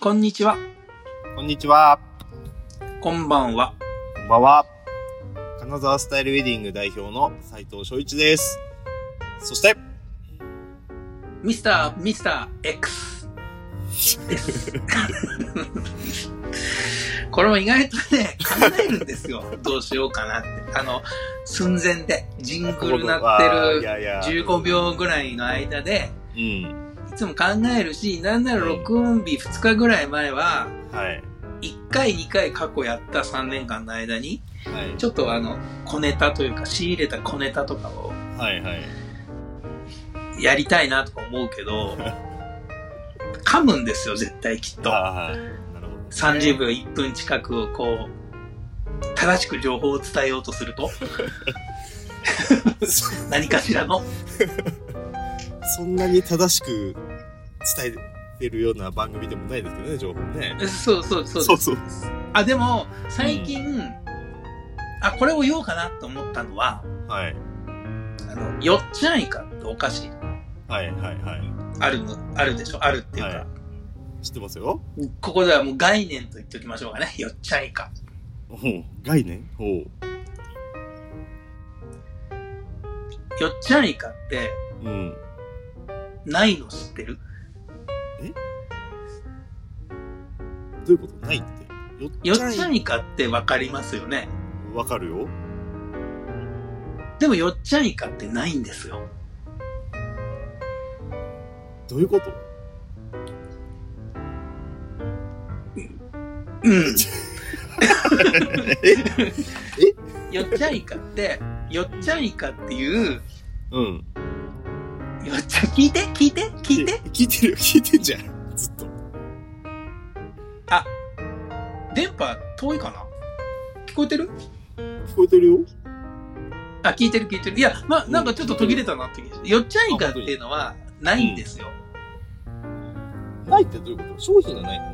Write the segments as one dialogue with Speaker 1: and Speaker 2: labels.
Speaker 1: こんにちは、
Speaker 2: こんにちは。
Speaker 1: こんばんは。
Speaker 2: こんばんは。金沢スタイルウェディング代表の斉藤翔一です。そして、
Speaker 1: ミスター、ミスター X です。 これも意外とね、考えるんですよ。どうしようかなって。あの、寸前で、ジングル鳴
Speaker 2: あ
Speaker 1: っ
Speaker 2: い
Speaker 1: てる
Speaker 2: やいや、
Speaker 1: 15秒ぐらいの間で、
Speaker 2: うん。
Speaker 1: いつも考えるし、なんなら録音日2日ぐらい前は、
Speaker 2: はい。
Speaker 1: 1回2回過去やった3年間の間に、
Speaker 2: はい。
Speaker 1: ちょっとあの、小ネタというか、仕入れた小ネタとかを
Speaker 2: はいはい。
Speaker 1: やりたいなとか思うけど、噛むんですよ、絶対きっと。
Speaker 2: あーなるほど。
Speaker 1: 30秒1分近くをこう、正しく情報を伝えようとすると、
Speaker 2: そ
Speaker 1: 何かしらの。
Speaker 2: そんなに正しく伝えてるような番組でもないですけどね、情報ね。
Speaker 1: そうそうそう。
Speaker 2: そうそう。
Speaker 1: あ、でも、最近、あ、これを言おうかなと思ったのは、
Speaker 2: はい。
Speaker 1: あの、よっちゃんいかってお菓子
Speaker 2: はいはいは
Speaker 1: あるの、あるでしょあるっていうか、
Speaker 2: ははい。知ってますよ
Speaker 1: ここではもう概念と言っておきましょうかね。よっちゃんいか。
Speaker 2: おう概念おう。
Speaker 1: よっちゃんいかって、
Speaker 2: うん。
Speaker 1: ないの知ってる
Speaker 2: どういうことないって。
Speaker 1: よ
Speaker 2: よ
Speaker 1: っ
Speaker 2: っち
Speaker 1: ち
Speaker 2: ゃ
Speaker 1: ゃ
Speaker 2: ん
Speaker 1: んいかってわかりますよね。
Speaker 2: わかるよ
Speaker 1: でもよっちゃんいかってないんですよ。
Speaker 2: どういうこと
Speaker 1: うん。よっちゃんいかって、よっちゃんいかっていう、
Speaker 2: うん。
Speaker 1: よっちゃん、聞いて聞いて聞いて
Speaker 2: 聞いてるよ、聞いてんじゃん。ずっと。
Speaker 1: 電波遠いかな聞こえてる
Speaker 2: 聞こえてるよ
Speaker 1: あ、聞いてる聞いてる。いや、まあ、なんかちょっと途切れたなって気がして。よっちゃんいかっていうのはないんですよ。
Speaker 2: ないってどういうこと商品がないの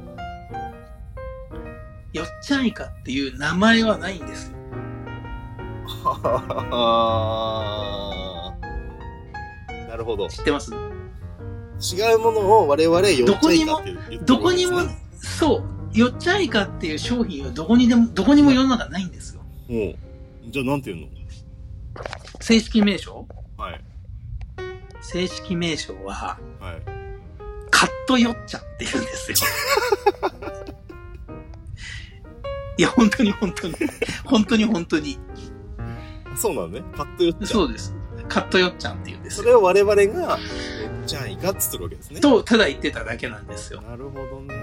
Speaker 1: よっちゃんいかっていう名前はないんですよ。
Speaker 2: はは なるほど。
Speaker 1: 知ってます
Speaker 2: 違うものを我々よっちゃいかって言ってる
Speaker 1: どこ
Speaker 2: わけで
Speaker 1: に
Speaker 2: す
Speaker 1: も
Speaker 2: ね、
Speaker 1: そう、よっちゃんいかっていう商品はどこにでも、どこにも世の中ないんですよ。
Speaker 2: うん。じゃあなんて言う
Speaker 1: 正式名称
Speaker 2: のはい。
Speaker 1: 正式名称は、
Speaker 2: はい。
Speaker 1: カットよっちゃんって言うんですよ。 いや、本当に本当に。本当に本当に。
Speaker 2: あそうなのね。パッとよっちゃ
Speaker 1: そうです。カットよっちゃんって言うんで
Speaker 2: そ
Speaker 1: す
Speaker 2: れ
Speaker 1: よ。
Speaker 2: を我々が、よっちゃいかっつってるわけですね。
Speaker 1: と、ただ言ってただけなんですよ。
Speaker 2: なるほどね。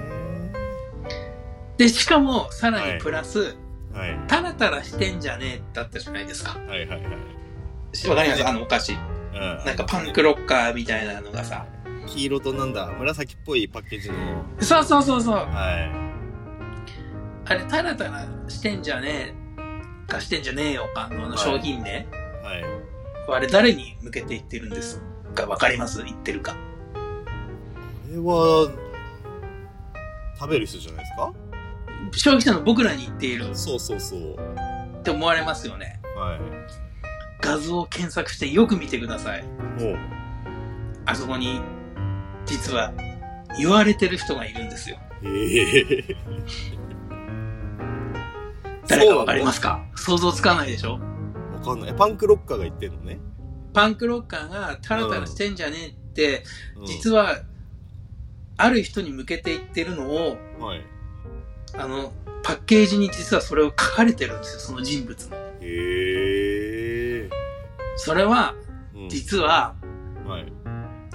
Speaker 1: で、しかも、さらにプラス、
Speaker 2: はい。
Speaker 1: タラタラしてんじゃねえだったじゃないですか。
Speaker 2: はいはいはい。
Speaker 1: わかりますあのお菓子。
Speaker 2: うん
Speaker 1: なんかパンクロッカーみたいなのがさ。
Speaker 2: 黄色となんだ、紫っぽいパッケージの。
Speaker 1: そうそうそうそう。
Speaker 2: は
Speaker 1: あれ、タラタラしてんじゃねえかしてんじゃねえよかのあの商品名、
Speaker 2: い。はい。
Speaker 1: あれ誰に向けて言ってるんですかわかります言ってるか。
Speaker 2: これは、食べる人じゃないですか
Speaker 1: 消費者の僕らに言っている
Speaker 2: そうそうそう。
Speaker 1: って思われますよね。
Speaker 2: はい。
Speaker 1: 画像を検索してよく見てください。
Speaker 2: もう、
Speaker 1: あそこに、実は言われてる人がいるんですよ。
Speaker 2: ええ
Speaker 1: 誰かわかりますか想像つかないでしょ
Speaker 2: そうなのわかんない。パンクロッカーが言ってんのね。
Speaker 1: パンクロッカーがタラタラしてんじゃねえって、
Speaker 2: うん、
Speaker 1: 実は、ある人に向けて言ってるのを、
Speaker 2: はい。
Speaker 1: あの、パッケージに実はそれを書かれてるんですよ、その人物の。
Speaker 2: へえ
Speaker 1: それは、
Speaker 2: うん
Speaker 1: 実は、
Speaker 2: はい。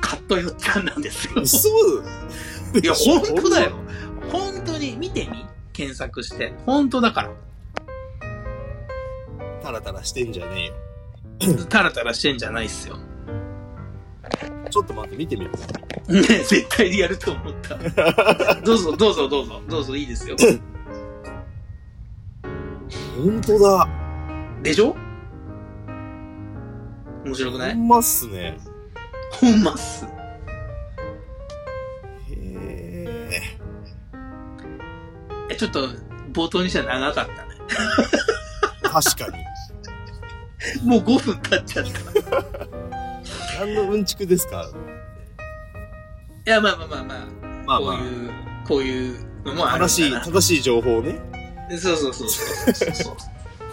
Speaker 1: カットよっちゃんなんです よ。
Speaker 2: 嘘
Speaker 1: いや、本当だよ。。本当に、見てみ検索して。本当だから。
Speaker 2: タラタラしてんじゃねえよ。
Speaker 1: タラタラしてんじゃないっすよ。ね
Speaker 2: ちょっと待って、見てみよう。
Speaker 1: 絶対にやると思 った。どうぞ、どうぞ、どうぞ、どうぞ、いいですよ。
Speaker 2: 本当だ。
Speaker 1: でしょ面白くな
Speaker 2: ほ
Speaker 1: い
Speaker 2: んまっすね。
Speaker 1: ほんまっす。
Speaker 2: へえ。
Speaker 1: え、ちょっと、冒頭にしては長かったね。
Speaker 2: 確かに。
Speaker 1: もう5分経っちゃった。い
Speaker 2: 何のうんちくですか
Speaker 1: や、まあまあまあまあ、
Speaker 2: まあまあ
Speaker 1: こういうこういうのもあるん
Speaker 2: 正しい、
Speaker 1: だな。
Speaker 2: 正しい情報をね、
Speaker 1: そうそうそうそうそう そう。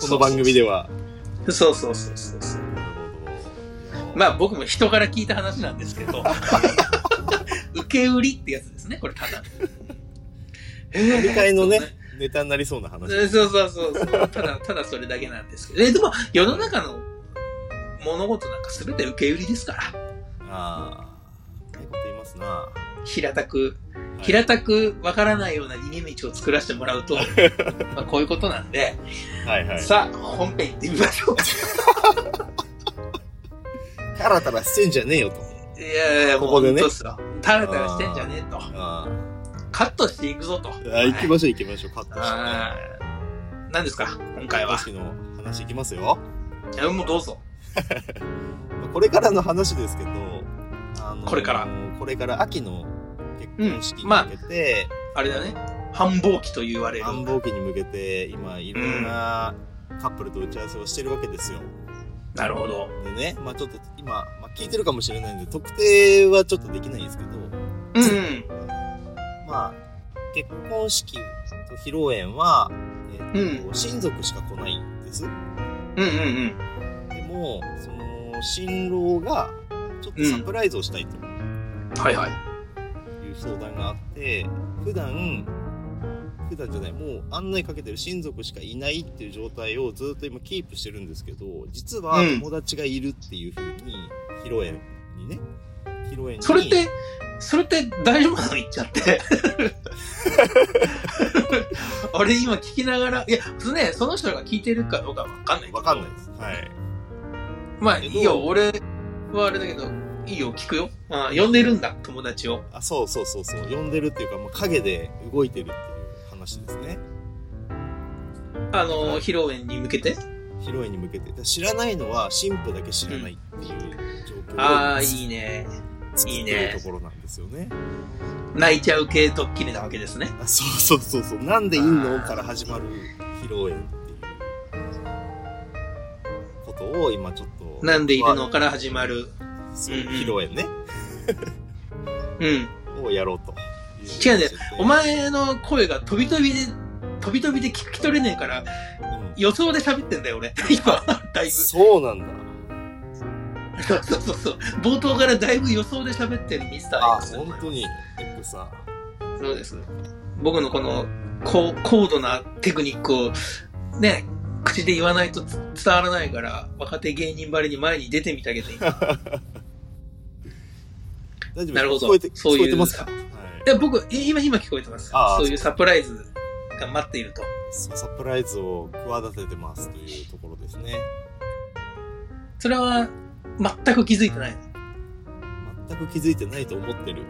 Speaker 2: この番組では。
Speaker 1: そうそうそうそうそう。ま
Speaker 2: ま
Speaker 1: あ僕も人から聞いた話なんですけど、受け売りってやつですね、これただ。
Speaker 2: あ、飲み会のね
Speaker 1: そうね、
Speaker 2: ネタになりそうな話。
Speaker 1: そうそうそうそう。ただ、ただそれだけなんですけど。え、でも世の中の物事なんか全て受け売りですから。
Speaker 2: ああ、いいこと言いますな。は
Speaker 1: 平たく、
Speaker 2: い
Speaker 1: 平たくわからないような逃げ道を作らせてもらう と、まあこういうことなんで、
Speaker 2: はいはい。
Speaker 1: さあ、本編行ってみましょうか。
Speaker 2: タラタラしてんじゃねえよと。
Speaker 1: いやいや、もう
Speaker 2: ここでね
Speaker 1: 本当っすよ。タラタラしてんじゃねえと。
Speaker 2: あ
Speaker 1: カットしていくぞと。あ
Speaker 2: ーあー、行きましょう行きましょう。カットしてね。
Speaker 1: あー何ですか今回は。
Speaker 2: 私の話いきますよ。
Speaker 1: いやもうどうぞ。
Speaker 2: これからの話ですけど、あの
Speaker 1: これから。
Speaker 2: これから秋の結婚式
Speaker 1: う
Speaker 2: に
Speaker 1: んまあ
Speaker 2: 向けて、
Speaker 1: あれだね。繁忙期と言われる。
Speaker 2: 繁忙期に向けて、今、いろんなカップルと打ち合わせをしてるわけですよ。
Speaker 1: なるほど。
Speaker 2: でね、まあちょっと今、まあ、聞いてるかもしれないんで、特定はちょっとできないんですけど、
Speaker 1: うん、
Speaker 2: まあ、結婚式と披露宴は、えっと親族しか来ないんです。
Speaker 1: うん。うんうん
Speaker 2: でも、その、新郎が、ちょっとサプライズをしたいと
Speaker 1: うん。はいはい。
Speaker 2: いう相談があって、普段、普段じゃない、もう案内かけてる親族しかいないっていう状態をずっと今キープしてるんですけど、実は
Speaker 1: うん
Speaker 2: 友達がいるっていう風に、披露宴にね、披露宴に。
Speaker 1: それって、それって大丈夫なの言っちゃ って。あれ今聞きながら、いや、ね、その人が聞いてるかどうかわかんないけど。
Speaker 2: わかんないです。はい。
Speaker 1: まあ、いいよ、俺はあれだけど、いいよ、聞くよ。ああ呼んでるんだ、友達を。
Speaker 2: あ、そうそうそうそう。呼んでるっていうか、もう影で動いてるっていう話ですね。
Speaker 1: あの、披露宴に向けて。
Speaker 2: 披露宴に向けて。だから知らないのは、神父だけ知らないっていう状況を
Speaker 1: ああ、いいね。
Speaker 2: 作
Speaker 1: いい
Speaker 2: っ
Speaker 1: ね
Speaker 2: てるところなんですよね。
Speaker 1: 泣いちゃう系ドッキリなわけですね。
Speaker 2: あそうそうそうそう。なんでいいの
Speaker 1: あー
Speaker 2: から始まる披露宴っていうことを今ちょっと。
Speaker 1: なんでいる
Speaker 2: ま
Speaker 1: のから始まる。
Speaker 2: あそう披露宴ね。
Speaker 1: うん。
Speaker 2: をやろうと。
Speaker 1: 違うね。お、前の声が飛び飛びで、飛び飛びで聞き取れねえから、
Speaker 2: うん
Speaker 1: 予想で喋ってんだよ、 俺。今、だいぶ。
Speaker 2: そうなんだ。
Speaker 1: そうそうそうそう。冒頭からだいぶ予想で喋ってるミスター
Speaker 2: あ、
Speaker 1: X。
Speaker 2: 本当に。エクさん。
Speaker 1: そうです。僕のこの高高度なテクニックをね、口で言わないとつ伝わらないから、若手芸人ばりに前に出てみた けど、今
Speaker 2: 大丈夫
Speaker 1: なるほど
Speaker 2: 聞こえて、聞
Speaker 1: そういう
Speaker 2: こえてますかはい。
Speaker 1: で僕、い今、今聞こえてます
Speaker 2: あ。あ
Speaker 1: そういうサプライズが待っていると。
Speaker 2: そうサプライズを企ててますというところですね。
Speaker 1: それは全く気づいてない。
Speaker 2: 全く気づいてないと思ってる。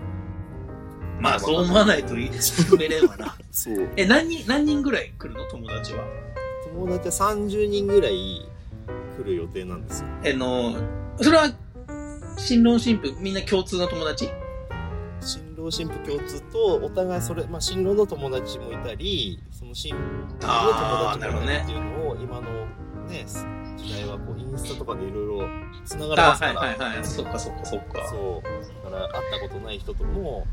Speaker 1: まあ、そう思わないといいです。進めれんわな。
Speaker 2: そう。
Speaker 1: え、何人、何人ぐらい来るの友達は。
Speaker 2: 友達は30人ぐらい来る予定なんですよ。
Speaker 1: えの、それは、新郎新婦、みんな共通の友達
Speaker 2: 新郎新婦共通と、お互いそれ、まあ、新郎の友達もいたり、その新婦の友
Speaker 1: あー
Speaker 2: 達もいたりっていうのを、今のね、時代はこう、インスタとかでいろいろ繋がれますから、
Speaker 1: はいはいはい。そっかそっかそっか。
Speaker 2: そう。だから、会ったことない人とも、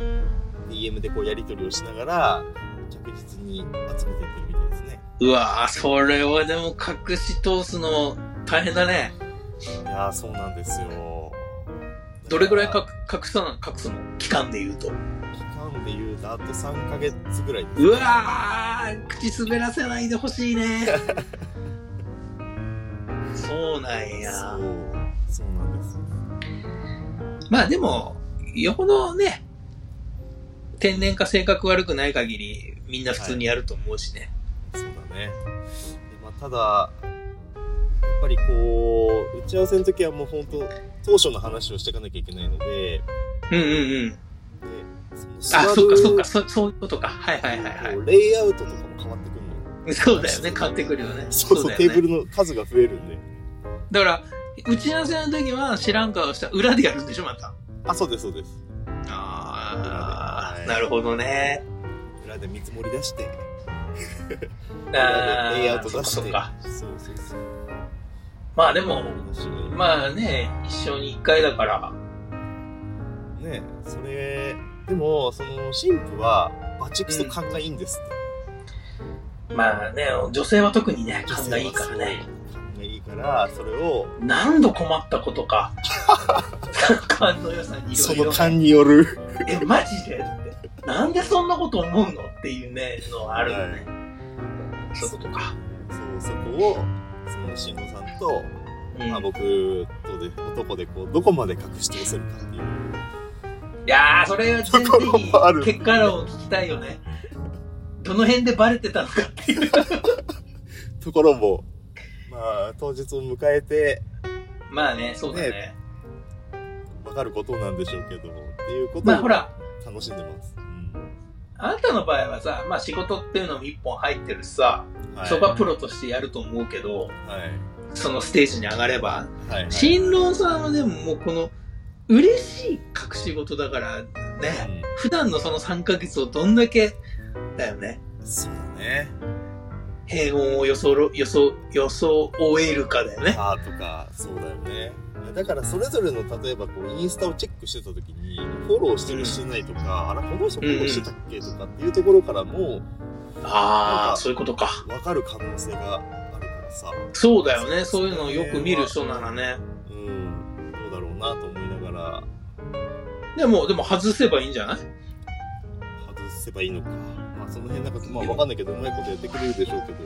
Speaker 2: DM でこう、やり取りをしながら、着実に集めていってるみたいですね。
Speaker 1: うわぁ、それはでも隠し通すの大変だね。
Speaker 2: いやー、そうなんですよ。
Speaker 1: どれぐらい
Speaker 2: だか
Speaker 1: 隠隠さな、隠すの期間で言うと。
Speaker 2: ら期間で言うと、あと3ヶ月ぐらいです
Speaker 1: うわぁ、口滑らせないでほしい ね。そうなんや。
Speaker 2: そう、そうなんです。
Speaker 1: まあでも、よほどね、天然か性格悪くない限り、みんな普通にやると思うしね。
Speaker 2: そうだね。でまあ、ただ、やっぱりこう、打ち合わせの時はもう本当、当初の話をしていかなきゃいけないので、
Speaker 1: うんうんうん。
Speaker 2: でその
Speaker 1: あ、
Speaker 2: 座る
Speaker 1: そっかそっか、そそういうことか。はいはいはい
Speaker 2: こ
Speaker 1: は
Speaker 2: うレイアウトとかも変わってくるのよ。
Speaker 1: い。そうだよね、買ってくるよね。
Speaker 2: そうそう、
Speaker 1: だよね
Speaker 2: テーブルの数が増えるんで。
Speaker 1: だから、打ち合わせの時は知らん顔した裏でやるんでしょ、また。
Speaker 2: あ、そうです、そうです。
Speaker 1: あ
Speaker 2: 裏で
Speaker 1: あ、なるほどね。
Speaker 2: 裏で見積もり出して、裏
Speaker 1: あ
Speaker 2: で
Speaker 1: ー
Speaker 2: レイアウト出して。
Speaker 1: そっか
Speaker 2: そうそうそう。
Speaker 1: まあでも、
Speaker 2: 話が
Speaker 1: まあね、一生に一回だから。
Speaker 2: ねそれでもその神父はバチクソ勘がいいんですって、
Speaker 1: まあね、女性は特にね、勘がいいからね。
Speaker 2: 勘がいいからそれを
Speaker 1: 何度困ったことか。勘の良さにい
Speaker 2: そ
Speaker 1: ろい
Speaker 2: の
Speaker 1: ろ。
Speaker 2: 勘による
Speaker 1: え、マジでって。なんでそんなこと思うのっていうね、のはあるよね。そういうことか。
Speaker 2: そうそこをその慎吾さんと、
Speaker 1: うん
Speaker 2: まあ、僕とで男でこうどこまで隠して寄せるかっていう
Speaker 1: いやー、それは全
Speaker 2: そこもある
Speaker 1: 然結果論を聞きたいよね。どの辺でバレてたのかって いう。
Speaker 2: ところもまあ当日を迎えて
Speaker 1: まあね、そうだね。
Speaker 2: 分かることなんでしょうけどっていうことを
Speaker 1: まあほら、
Speaker 2: 楽しんでます、
Speaker 1: あんたの場合はさ、まあ仕事っていうのも一本入ってるしさ、
Speaker 2: うんはい、
Speaker 1: そこはプロとしてやると思うけど、
Speaker 2: はい
Speaker 1: そのステージに上がれば。
Speaker 2: はいはい
Speaker 1: 新郎さんはでももうこの、嬉しい隠し事だからね、普段のその3ヶ月をどんだけ、だよね、
Speaker 2: うんそうだね
Speaker 1: 平穏を装ろ、装、装終えるかだよね。
Speaker 2: あーとかそうだよねだからそれぞれの例えばこうインスタをチェックしてた時にフォローしてるしてないとか、あらこの人フォローしてたっけとかっていうところからも
Speaker 1: ああ、そういうことか。
Speaker 2: 分かる可能性があるからさ
Speaker 1: そうだよね。そういうのをよく見る人ならね。
Speaker 2: うんどうだろうなと思いながら
Speaker 1: でも、でも外せばいいんじゃない
Speaker 2: 外せばいいのか、まあ、その辺なんかまあ分かんないけどうまいことやってくれるでしょうけど、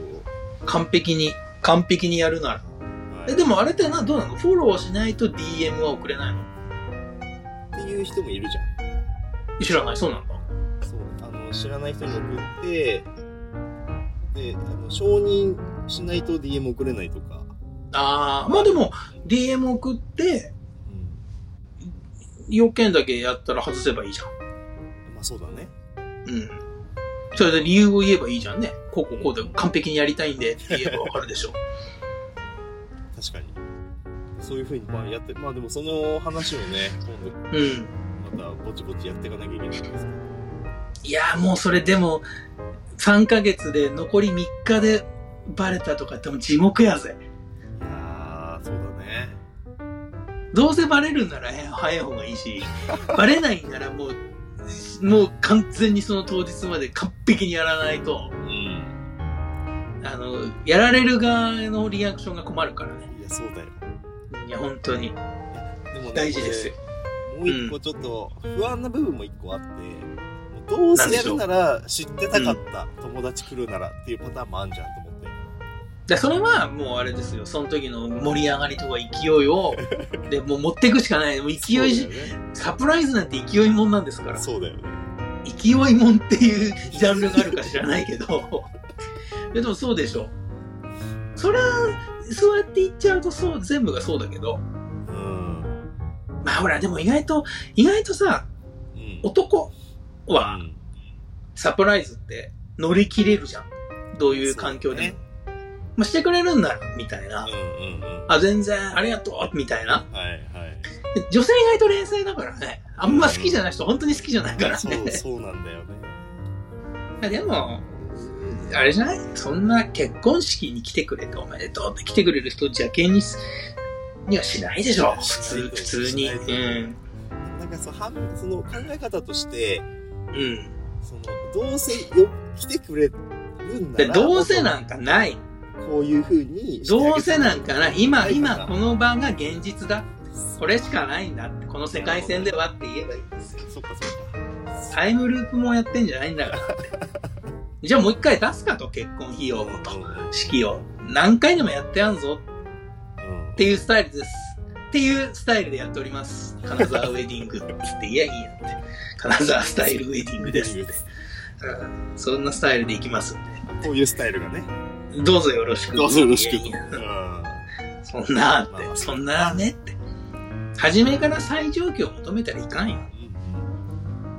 Speaker 1: 完璧に、完璧にやるなら。
Speaker 2: はい、
Speaker 1: え、でもあれってな、どうなのフォローしないと DM は送れないの
Speaker 2: っていう人もいるじゃん
Speaker 1: 知らない、そうなんだ。
Speaker 2: そうあの知らない人に送ってであの承認しないと DM 送れないとか、
Speaker 1: ああ、まあでも、DM 送って、要件だけやったら外せばいいじゃん。
Speaker 2: うん、まあそうだね
Speaker 1: うん。それで理由を言えばいいじゃんね。こうこうこうで完璧にやりたいんでって言えばわかるでしょ。
Speaker 2: 確かにそういうふうにまあやってまあでもその話をね今
Speaker 1: うん。
Speaker 2: 度またぼちぼちやっていかなきゃいけないんですけど
Speaker 1: いやーもうそれでも、3ヶ月で残り3日でバレたとかってもう地獄やぜ。
Speaker 2: いやーそうだね
Speaker 1: どうせバレるんならえ早い方がいいし、バレないんならもう、もう完全にその当日まで完璧にやらないと、
Speaker 2: うん
Speaker 1: あの、やられる側のリアクションが困るからね。
Speaker 2: いやそうだよ
Speaker 1: いや、本当に
Speaker 2: でもね
Speaker 1: 大事ですよ。
Speaker 2: これもう一個ちょっと不安な部分も一個あって、もうどうせやるなら知ってたかった、友達来るならっていうパターンもあんじゃんと思って
Speaker 1: でそれはもうあれですよ、その時の盛り上がりとか勢い を、で、もう持っていくしかない。もう勢いし、
Speaker 2: そうだよね
Speaker 1: サプライズなんて勢いもんなんですから。
Speaker 2: そうだよね。
Speaker 1: 勢いもんっていうジャンルがあるか知らないけど いやでもそうでしょそれはそうやって言っちゃうとそう全部がそうだけど
Speaker 2: うん。
Speaker 1: まあほらでも意外と意外とさ
Speaker 2: うん。
Speaker 1: 男は
Speaker 2: うん
Speaker 1: サプライズって乗り切れるじゃんどういう環境でも、
Speaker 2: そ
Speaker 1: まあ、してくれるんならみたいな、
Speaker 2: うんうんうん。
Speaker 1: あ全然ありがとうみたいな
Speaker 2: はいはい。
Speaker 1: で女性意外と冷静だからねあんま好きじゃない人、本当に好きじゃないからね
Speaker 2: そう、そうなんだよね。
Speaker 1: いやでも、あれじゃないそんな結婚式に来てくれておめでとうって来てくれる人邪険にすにはしないでしょ普
Speaker 2: しな
Speaker 1: 通、
Speaker 2: いと
Speaker 1: 普通に。
Speaker 2: しな
Speaker 1: う
Speaker 2: いと
Speaker 1: ん。
Speaker 2: なんかその半その考え方として、
Speaker 1: うん。
Speaker 2: そのどうせよ来てくれるんな
Speaker 1: で、
Speaker 2: ら、
Speaker 1: どうせなんかない。
Speaker 2: こういうふうにしてあげたら
Speaker 1: どうせなんかない。今、今、こ
Speaker 2: そ
Speaker 1: の場が現実だ。これしかないんだって。この世界線ではって言えばいいんですよ。
Speaker 2: っかそ
Speaker 1: タイムループもやってんじゃないんだからって。じゃあもう一回出すかと、結婚費用
Speaker 2: っ
Speaker 1: も
Speaker 2: か。
Speaker 1: と。
Speaker 2: うん
Speaker 1: 式を。何回でもやってやんぞ
Speaker 2: うん
Speaker 1: っていうスタイルです。っていうスタイルでやっております。金沢ウェディング。つって、いやいやって。金沢スタイルウェディングです って。うんそんなスタイルでいきますん
Speaker 2: こういうスタイルがね。
Speaker 1: で。どうぞよろしく。
Speaker 2: どうぞよろしく
Speaker 1: いやいや
Speaker 2: うん。
Speaker 1: そんなっ
Speaker 2: まあまあ
Speaker 1: て、そんなねって。初めから最上級を求めたらいかんよ。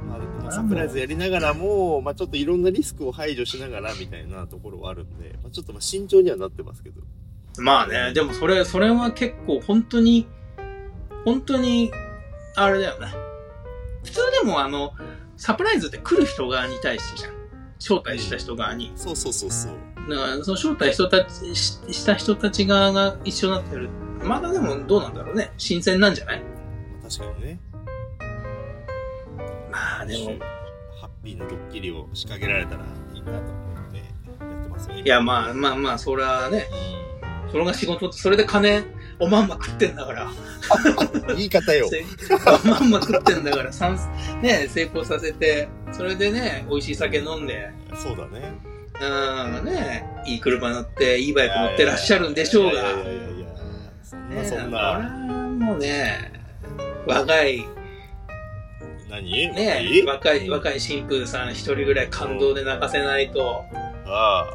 Speaker 2: まあでもサプライズやりながらも、まあ、ちょっといろんなリスクを排除しながらみたいなところはあるんで、まあ、ちょっとまあ慎重にはなってますけど
Speaker 1: まあね、でもそれ、それは結構本当に、本当に、あれだよね。普通でもあの、サプライズって来る人側に対してじゃん。招待した人側に。
Speaker 2: そうそうそうそう
Speaker 1: だからその招待人たちしした人たち側が一緒になってるまだでもどうなんだろうね新鮮なんじゃない
Speaker 2: 確かにね
Speaker 1: まあでも
Speaker 2: はピーのドッキリを仕掛けられたらいいなと思ってやってますよ
Speaker 1: いや、まあまあまあ、そらね、
Speaker 2: あ、
Speaker 1: それが仕事、それで金、おまんま食ってんだから。
Speaker 2: うん言い方よ。
Speaker 1: せおまんま食ってんだから、さんね、成功させて、それでね、美味しい酒飲んで、
Speaker 2: そうだね。
Speaker 1: うん、ね、いい車乗って、いいバイク乗ってらっしゃるんでしょう
Speaker 2: いやい
Speaker 1: が。
Speaker 2: やいやいや、そんな
Speaker 1: ね
Speaker 2: そん
Speaker 1: これ
Speaker 2: な、
Speaker 1: はもうね、若い、
Speaker 2: 何
Speaker 1: ね、若い、若い新婦さん一人ぐらい感動で泣かせないと、
Speaker 2: ああ。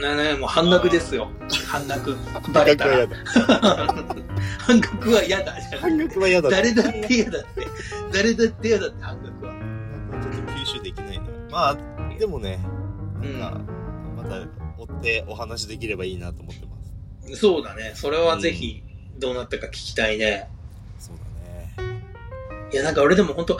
Speaker 1: なね、もう半額ですよ。半額。バレたら。 半額は嫌だ。
Speaker 2: 半額は嫌だ。
Speaker 1: 誰だっ
Speaker 2: 半
Speaker 1: て嫌だって。誰だって嫌だって、半額は。
Speaker 2: 額はちょっと吸収できないな。まあ、でもね、なんか、また追ってお話できればいいなと思ってます。
Speaker 1: そうだね。それはぜひ、どうなったか聞きたいね。
Speaker 2: そうだね。
Speaker 1: いや、なんか俺でも本当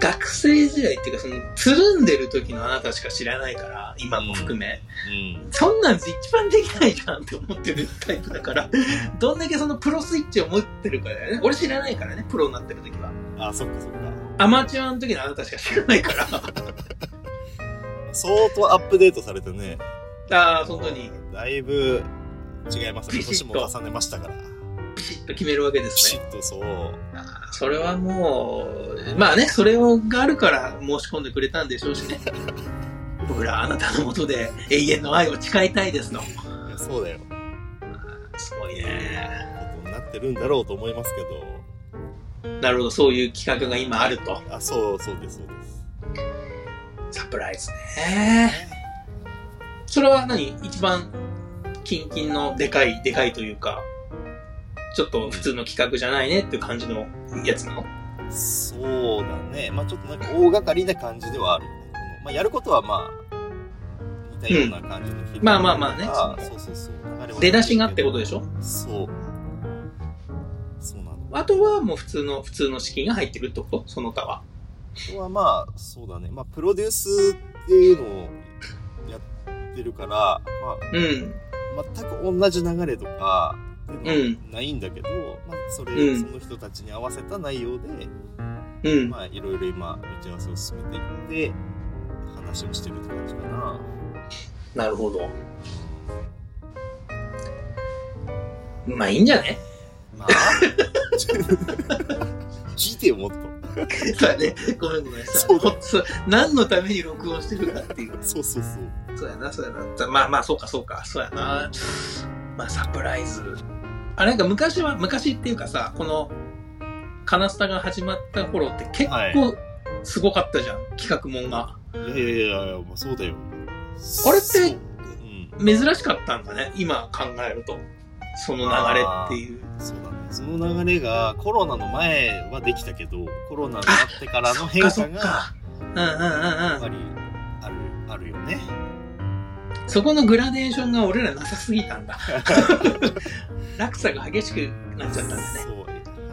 Speaker 1: 学生時代っていうか、その、つるんでる時のあなたしか知らないから、今も含め。
Speaker 2: うん。
Speaker 1: そんなん一番できないじゃんって思ってるタイプだから、どんだけそのプロスイッチを持ってるかだよね。俺知らないからね、プロになってる時は。
Speaker 2: あ、そっかそっか。
Speaker 1: アマチュアの時のあなたしか知らないから。
Speaker 2: 相当アップデートされてね。
Speaker 1: ああ、そのに、
Speaker 2: だいぶ違いますね。
Speaker 1: ピシ
Speaker 2: 年
Speaker 1: ッ
Speaker 2: も
Speaker 1: と
Speaker 2: 重ねましたから。
Speaker 1: ピシッと決めるわけで
Speaker 2: ピ
Speaker 1: す
Speaker 2: シ
Speaker 1: ね。
Speaker 2: ッとそう。
Speaker 1: あーそれはもう、まあね、それをがあるから申し込んでくれたんでしょう しね。僕らあなたのもとで永遠の愛を誓いたいですの。
Speaker 2: いやそうだよ。こ
Speaker 1: すごいね。
Speaker 2: とになってるんだろうと思いますけど。
Speaker 1: なるほど、そういう企画が今あると。
Speaker 2: あ、そうそうです、そうです。
Speaker 1: サプライズね。それは何一番、キンキンのでかい、でかいというか、ちょっと普通の企画じゃないねっていう感じのやつなの
Speaker 2: そうだね。まあちょっとなんか大掛かりな感じではあるよね。このまあやることはまあ、似たような感じの日々
Speaker 1: まあまあまあね
Speaker 2: そうそうそう。流れは
Speaker 1: 出だしがってことでしょ
Speaker 2: そう。そうなの。
Speaker 1: あとはもう普通の、普通の資金が入ってるってことその他は。
Speaker 2: あとはまあ、そうだね。まあプロデュースっていうのをやってるから、まあ
Speaker 1: うん。
Speaker 2: 全く同じ流れとかっていうのはないんだけど、まあ、それ、
Speaker 1: うん
Speaker 2: その人たちに合わせた内容で、
Speaker 1: うん。
Speaker 2: まあ、いろいろ今打ち合わせを進めていって話をしてるって感じかな
Speaker 1: なるほど。まあいいんじゃね
Speaker 2: まあ 聞いてよもっと
Speaker 1: そうやね。ごめんごめん。
Speaker 2: そう
Speaker 1: ほ
Speaker 2: だ
Speaker 1: んとそう何のために録音してるかっていう。
Speaker 2: そうそうそう
Speaker 1: そうやな、そうやな。まあまあ、そうか、そうか。そうやな。まあ、サプライズ。あ、なんか昔は、昔っていうかさ、この、カナスタが始まった頃って結
Speaker 2: はい
Speaker 1: 構すごかったじゃん、企画もんが。
Speaker 2: いやいやいやいや、まあ、そうだよ
Speaker 1: あれって
Speaker 2: そううん
Speaker 1: 珍しかったんだね、今考えると。その流れっていう。
Speaker 2: そうだねその流れがコロナの前はできたけどコロナになってからの変
Speaker 1: そ
Speaker 2: 化
Speaker 1: っかそっ
Speaker 2: が
Speaker 1: か。うんうん
Speaker 2: やっ
Speaker 1: うんう
Speaker 2: ぱりあるあるよね
Speaker 1: ん。そこのグラデーションが俺らなさすぎたん だ。落差が激しくなっちゃったんだね。
Speaker 2: そう。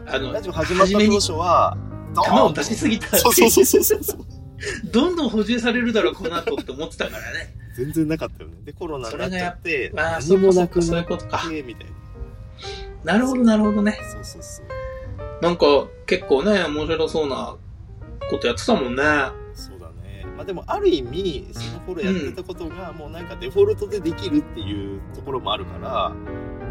Speaker 1: あの
Speaker 2: ラジオ始まった当初は、ド
Speaker 1: 球
Speaker 2: ーン
Speaker 1: を出しすぎたっていう
Speaker 2: そうそうそうそうそうそう。
Speaker 1: どんどん補充されるだろう、この後って思ってたからね。
Speaker 2: 全然なかったよね。で、コロナになっちゃって、
Speaker 1: ああ、
Speaker 2: 何
Speaker 1: そう
Speaker 2: も
Speaker 1: かそ
Speaker 2: な
Speaker 1: う
Speaker 2: く
Speaker 1: か、そう
Speaker 2: な
Speaker 1: いう
Speaker 2: っ
Speaker 1: ことか。
Speaker 2: て、みたいな。
Speaker 1: なるほど、なるほどね。
Speaker 2: そうそうそう。
Speaker 1: なんか、結構ね、面白そうなことやってたもんね。
Speaker 2: そうだね。まあでも、ある意味、その頃やってたことが、もうなんかデフォルトでできるっていうところもあるから、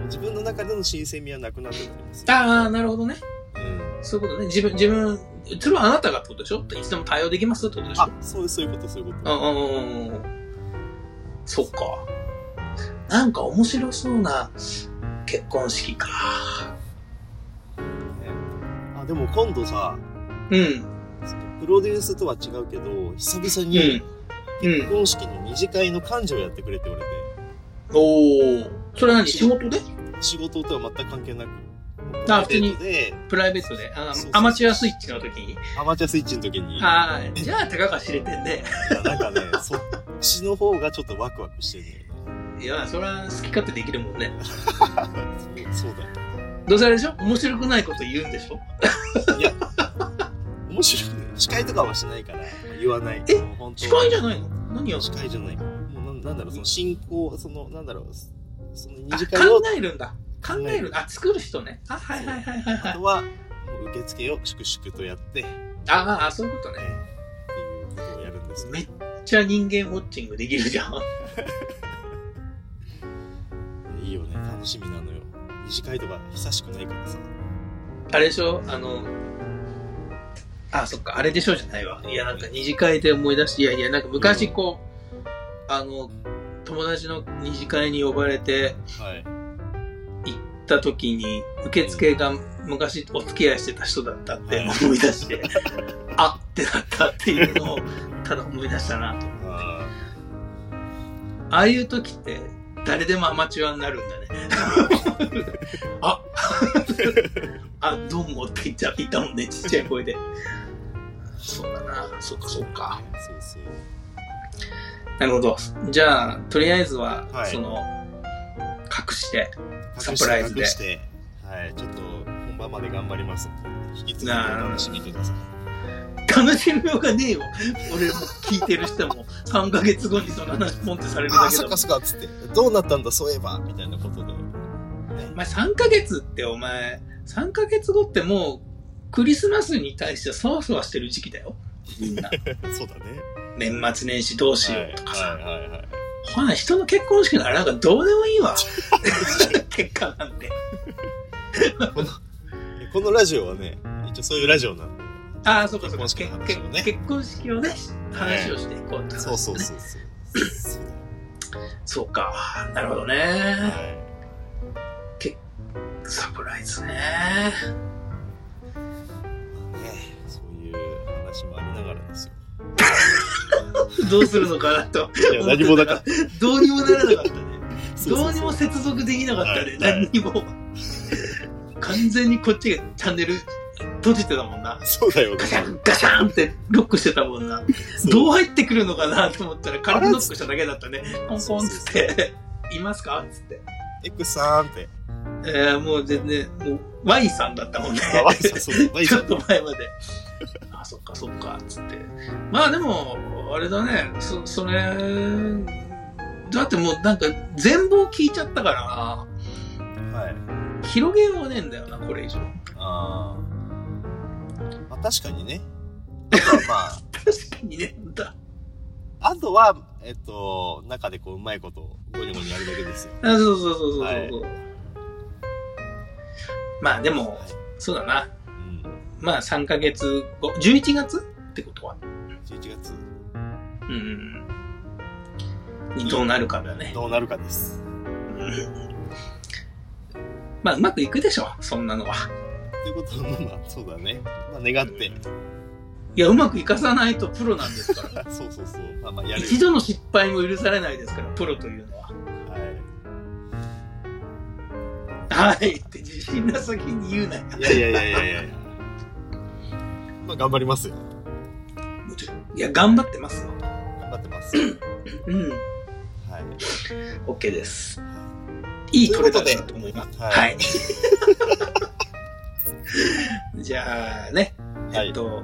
Speaker 2: 自分の中での新鮮味はなくなってたりもする。
Speaker 1: ああ、なるほどね。
Speaker 2: うん。
Speaker 1: そういうことね。自分、自分、それはあなたがってことでしょいつでも対応できますってことでしょ
Speaker 2: あ、そういう、そういうこと、そういうこ
Speaker 1: う
Speaker 2: と。
Speaker 1: んうんうんうん。そっか。なんか面白そうな結婚式か。
Speaker 2: ねあ、でも今度さ、
Speaker 1: うん。
Speaker 2: そのプロデュースとは違うけど、久々
Speaker 1: うん。
Speaker 2: に
Speaker 1: う
Speaker 2: 結
Speaker 1: ん。
Speaker 2: 婚式の二次会の幹事をやってくれって言われて、
Speaker 1: おお。それは何仕事で
Speaker 2: 仕事とは全く関係なく、
Speaker 1: あ普通に
Speaker 2: プライベートで、
Speaker 1: プライベートで。あ
Speaker 2: そうそう
Speaker 1: アマチュアスイッチの時に。
Speaker 2: アマチュアスイッチの時に、な
Speaker 1: ああ、じゃあ、たかが知れてんね。
Speaker 2: んかね、そっちの方がちょっとワクワクしてるん
Speaker 1: いや、それは好き勝手できるもんね。
Speaker 2: だよね。そうそうだ
Speaker 1: どうせあれでしょ面白くないこと言うんでしょ
Speaker 2: よ。いや、面白いね。司会とかはしないから、言わない。
Speaker 1: え
Speaker 2: もう本当
Speaker 1: 司会じゃないの何を
Speaker 2: 司会じゃない。もうなんなんだろう、その進行、その、なんだろう、その二
Speaker 1: あ
Speaker 2: 次会を
Speaker 1: 考、えるんだ。考える。あ、作る人ね。あ、はいはいはいはいは
Speaker 2: あ
Speaker 1: い
Speaker 2: と。は、もう受付を粛々とやって、
Speaker 1: ああ、そういうことね。
Speaker 2: っていうことです
Speaker 1: めっちゃ人間ウォッチングできるじゃん。
Speaker 2: いいよね楽しみなのよ二次会とか久しくないからさ
Speaker 1: あれでしょあの、あ、そっか、あれでしょじゃないわ。いや、なんか二次会で思い出して、いやいや、なんか昔こう、あの、友達の二次会に呼ばれて
Speaker 2: はい
Speaker 1: 行った時に、受付が昔お付き合いしてた人だったって思い出して、あってなったっていうのを、ただ思い出したなと。
Speaker 2: あ
Speaker 1: ああいう時って、誰でもアマチュアになる んだね。あ あ、どうもって言っちゃっていたもんね、ちっちゃい声で。そうだな、そっかそっか。
Speaker 2: ーそうそう
Speaker 1: なるほど。じゃあ、とりあえずは、
Speaker 2: はい
Speaker 1: その、隠して、サ
Speaker 2: 隠
Speaker 1: プライズで
Speaker 2: して隠してはいちょっと本番まで頑張りますので引き続きお楽しみください
Speaker 1: 楽しみようがねえよ。俺も聞いてる人も、3ヶ月後にその話ポンってされる
Speaker 2: あ
Speaker 1: だ
Speaker 2: あ
Speaker 1: け
Speaker 2: そ
Speaker 1: だも
Speaker 2: っ
Speaker 1: ん
Speaker 2: か。そっかっつってどうなったんだそういえばみたいなことで
Speaker 1: お前3ヶ月ってお前、3ヶ月後ってもう、クリスマスに対してそわそわしてる時期だよ。みんな。
Speaker 2: そうだね
Speaker 1: 年末年始どうしようとかさ。
Speaker 2: はいはい はい
Speaker 1: ほな、人の結婚式ならなんかどうでもいい わ。結果なんて。
Speaker 2: このラジオはね一応そういうラジオなんで
Speaker 1: ああ、そうかそうか。
Speaker 2: 結婚式の話をね
Speaker 1: けけ結婚式をね、話をしていこうって話、ね。
Speaker 2: そうそうそうそうそう
Speaker 1: そうか。なるほど
Speaker 2: だ
Speaker 1: ね。
Speaker 2: はい
Speaker 1: サプライズね。
Speaker 2: ねそういう話もありながらですよ
Speaker 1: どうするのかなと。
Speaker 2: いや何もなかっ
Speaker 1: どうにもならなかったね。
Speaker 2: た
Speaker 1: どうにも接続できなかったね。
Speaker 2: はい
Speaker 1: 何にも。完全にこっちがチャンネル閉じてたもんな。
Speaker 2: そうだよね
Speaker 1: ガシャンガシャンってロックしてたもんな。
Speaker 2: そう
Speaker 1: どう入ってくるのかなと思ったら、軽くノックしただけだったね。コンコンっつって、いますかっつって。
Speaker 2: X さんって
Speaker 1: えー、もう全然、もう Y さんだったもんね。
Speaker 2: あワイさ んそうワイ
Speaker 1: ち
Speaker 2: さ
Speaker 1: ょ
Speaker 2: ん
Speaker 1: っと前まで。あ、そっかそっか、つって。まあでも、あれだね、そ、それ、だってもうなんか全貌聞いちゃったか
Speaker 2: はい
Speaker 1: ら、広げようねえんだよな、これ以上。
Speaker 2: あーまあ確かにねあとはまあ
Speaker 1: 確かにね、だ。
Speaker 2: あ とは、えっと、中でこう、うまいこと、ゴニョゴニョやるだけですよ。
Speaker 1: あそうそうそうそうそう。
Speaker 2: はい
Speaker 1: まあでも、そうだな。
Speaker 2: うん。
Speaker 1: まあ3ヶ月後、11月ってことは。
Speaker 2: 11月、
Speaker 1: うん。にどうなるかだね。
Speaker 2: どうなるかです。
Speaker 1: うんまあ、うまくいくでしょ、そんなのは。
Speaker 2: ということは、まあまあ、そうだね。まあ、願って。
Speaker 1: いや、うまくいかさないとプロなんですから。
Speaker 2: そうそうそう。まあまあ、やる。
Speaker 1: 一度の失敗も許されないですから、プロというのは。
Speaker 2: は
Speaker 1: はい、って自信な先に言うなよ。
Speaker 2: い。いやいやいやいやいやいや。まあ、頑張りますよ。
Speaker 1: もちろんいや、頑張ってますよ。
Speaker 2: 頑張ってます。はい。
Speaker 1: うん、OK です。いい
Speaker 2: と
Speaker 1: ト
Speaker 2: い
Speaker 1: レ
Speaker 2: うこ
Speaker 1: ー
Speaker 2: とで
Speaker 1: だと思います。
Speaker 2: はい
Speaker 1: はい。 じゃあね、
Speaker 2: は
Speaker 1: えっ
Speaker 2: い。
Speaker 1: と、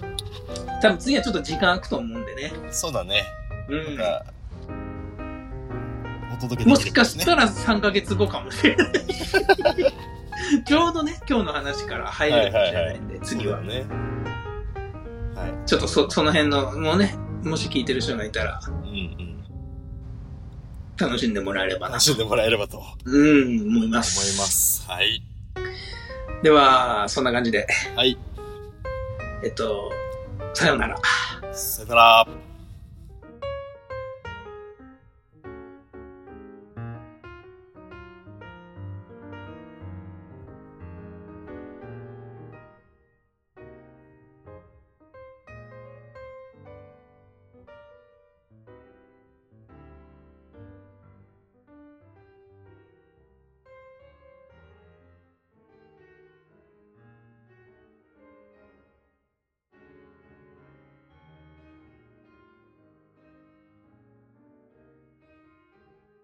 Speaker 1: 多分次はちょっと時間空くと思うんでね。
Speaker 2: そうだね。
Speaker 1: うん。
Speaker 2: なんか、お届けで
Speaker 1: も
Speaker 2: き
Speaker 1: し
Speaker 2: ると
Speaker 1: か
Speaker 2: いいです
Speaker 1: し
Speaker 2: ね。
Speaker 1: たら3ヶ月後かもしれない。 ちょうどね、今日の話から入れるかもしれないんで、次は
Speaker 2: そう。だね。は
Speaker 1: ちょっとそその辺の、もうね、もし聞いてる人がいたら、
Speaker 2: い。うんうん。
Speaker 1: 楽しんでもらえればな
Speaker 2: 楽。しんでもらえればと思い
Speaker 1: うん、思いま。
Speaker 2: ますす。はい。
Speaker 1: では、そんな感じで、
Speaker 2: はい。
Speaker 1: えっと、さようなら。
Speaker 2: さよなら。